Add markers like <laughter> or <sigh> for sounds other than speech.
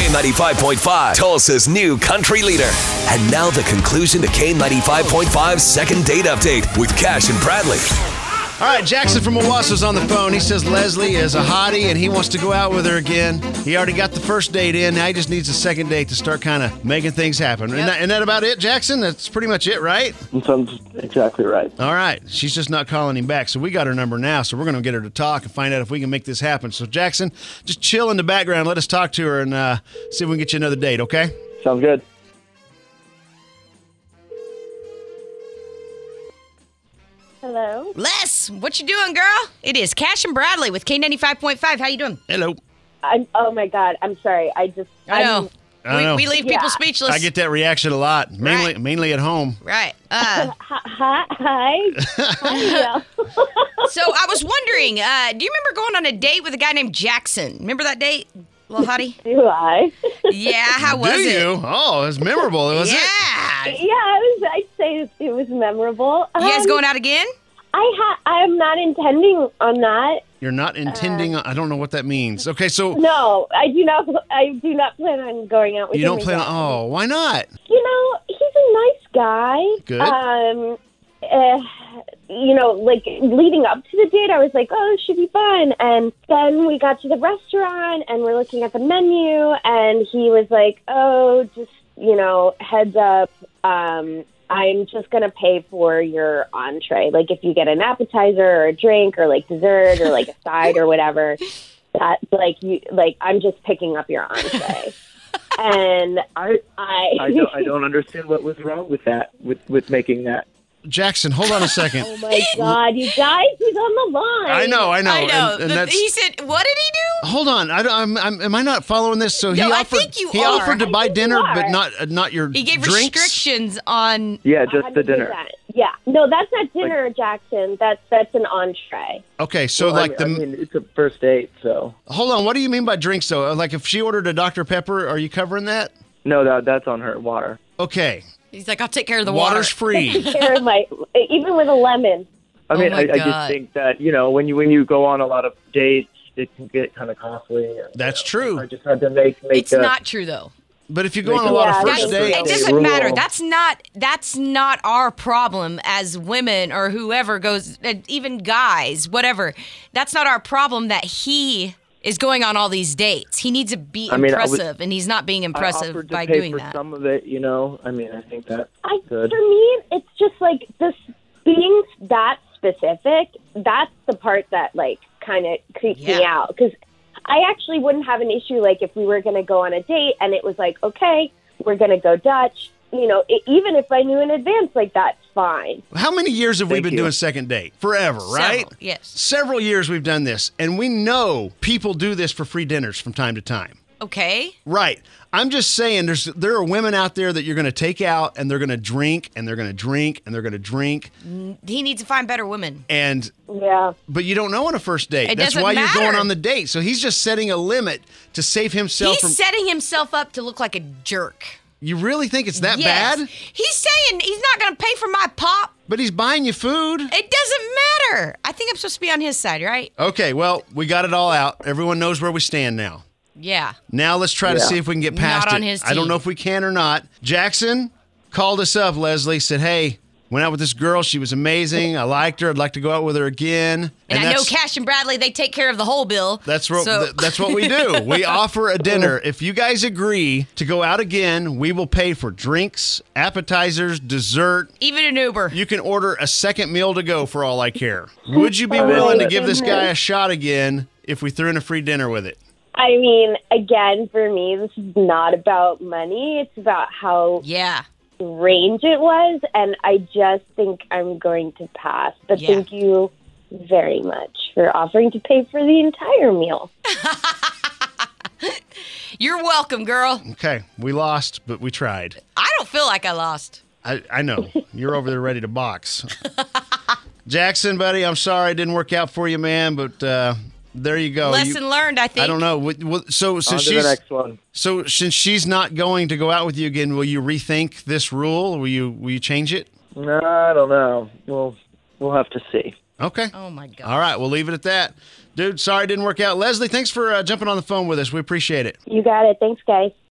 K95.5, Tulsa's new country leader. And now the conclusion to K95.5's second date update with Cash and Bradley. All right, Jackson from Owasso's on the phone. He says Leslie is a hottie and he wants to go out with her again. He already got the first date in. Now he just needs a second date to start kind of making things happen. Isn't, that, isn't that about it, Jackson? That's pretty much it, right? Sounds exactly right. All right. She's just not calling him back. So we got her number now. So we're going to get her to talk and find out if we can make this happen. So, Jackson, just chill in the background. Let us talk to her and uh, see if we can get you another date, okay? Sounds good. Hello. Les, what you doing, girl? It is Cash and Bradley with K95.5. How you doing? Hello. I'm. Oh my God. I'm sorry. I just. I know. I'm- I know. We, we leave people Yeah. speechless. I get that reaction a lot, mainly Right. mainly at home. Right. <laughs> Uh, Hi. <laughs> Hi. hi, Miguel. so I was wondering, uh, do you remember going on a date with a guy named Jackson? Remember that date, little <laughs> hottie? Do I? <laughs> Yeah. How was Do it? you? Oh, it's memorable, was it? yeah. Yeah. I was. I'd say it, it was memorable. You guys Um, going out again? I ha- I'm not intending on that. You're not Uh. intending. I don't know what that means. Okay, so No, I do not. I do not plan on going out with you don't him plan. again. Oh, why not? You know, he's a nice guy. Good. Um, uh, you know, like leading up to the date, I was like, "Oh, this should be fun." And then we got to the restaurant, and we're looking at the menu, and he was like, "Oh, just you know, heads up, um, I'm just gonna pay for your entree. Like, if you get an appetizer or a drink or like dessert or like a side or whatever, that like you like I'm just picking up your entree." And I I, I don't I don't understand what was wrong with that with with making that. Jackson, hold <laughs> on a second. <laughs> Oh my God, you guys, he's on the line. I know, I know, I know. and, and The- that's. Oh, he said, "What did he do?" Hold on, I, don't- I'm, I'm, am I not following this? So he No, I offered. think you he are. offered to I buy think you dinner, but are. not uh, not your He gave drinks. restrictions on. Yeah, just the dinner. 100%. Yeah, no, that's not dinner, Jackson. That's that's an entree. Okay, so Well, like I the mean, I mean, it's a first date, so hold on. What do you mean by drinks though? Like if she ordered a Dr Pepper, are you covering that? no, that that's on her water. Okay, He's like, "I'll take care of the water." water's free. <laughs> <laughs> Here, my even with a lemon. Oh I mean, my I, I God. just think that you know when you when you go on a lot of dates, it can get kind of costly. That's You know, true. I just had to make make. It's a, not true though. But if you go Make on a a lot of lot of first difference. dates, It They doesn't rule. matter. That's not that's not our problem as women or whoever goes, and even guys, whatever. That's not our problem that he is going on all these dates. He needs to be I mean, I was- impressive, and he's not being I impressive offered to by pay doing for that. Some of it, you know. I mean, I think that's I for good. me, it's just like this being that specific. That's the part that like kind of creeps me Yeah. out because I actually wouldn't have an issue like if we were going to go on a date and it was like, okay, we're going to go Dutch. You know, i even if I knew in advance, like that's fine. How many years have we Thank been you. doing second date? Forever, right? Several, yes. Several years we've done this, and we know people do this for free dinners from time to time. Okay. Right. I'm just saying there's there are women out there that you're going to take out and they're going to drink and they're going to drink and they're going to drink He needs to find better women. and Yeah. but you don't know on a first date. It That's doesn't why you're going matter. on the date. So he's just setting a limit to save himself He's from setting himself up to look like a jerk. You really think it's that Yes. bad? He's saying he's not going to pay for my pop. But he's buying you food. It doesn't matter. I think I'm supposed to be on his side, right? Okay, well, we got it all out. Everyone knows where we stand now. Yeah. Now let's try to Yeah. see if we can get Not past on it. his I don't know team. if we can or not. Jackson called us up. Leslie said, "Hey, went out with this girl. She was amazing. I liked her. I'd like to go out with her again." And, I know that's- Cash and Bradley, they take care of the whole bill. That's what So, th- that's what we <laughs> do. We offer a dinner. If you guys agree to go out again, we will pay for drinks, appetizers, dessert. even an Uber. You can order a second meal to go for all I care. Would you be Oh, willing to my give this guy a goodness. shot again if we threw in a free dinner with it? I mean, again, for me, this is not about money. It's about how yeah. range it was, and I just think I'm going to pass. But Yeah. thank you very much for offering to pay for the entire meal. You're welcome, girl. Okay, we lost, but we tried. I don't feel like I lost. I, I know. You're over there ready to <laughs> box. Jackson, buddy, I'm sorry it didn't work out for you, man, but uh, there you go. You- Lesson learned, I think. I don't know. What- what- So On since to the she's next one. so since she's not going to go out with you again, will you rethink this rule? Will you will you change it? No, I don't know. We'll we'll have to see. Okay. Oh my god. All right, we'll leave it at that. Dude, sorry it didn't work out. Leslie, thanks for uh, jumping on the phone with us. We appreciate it. You got it. Thanks, guys.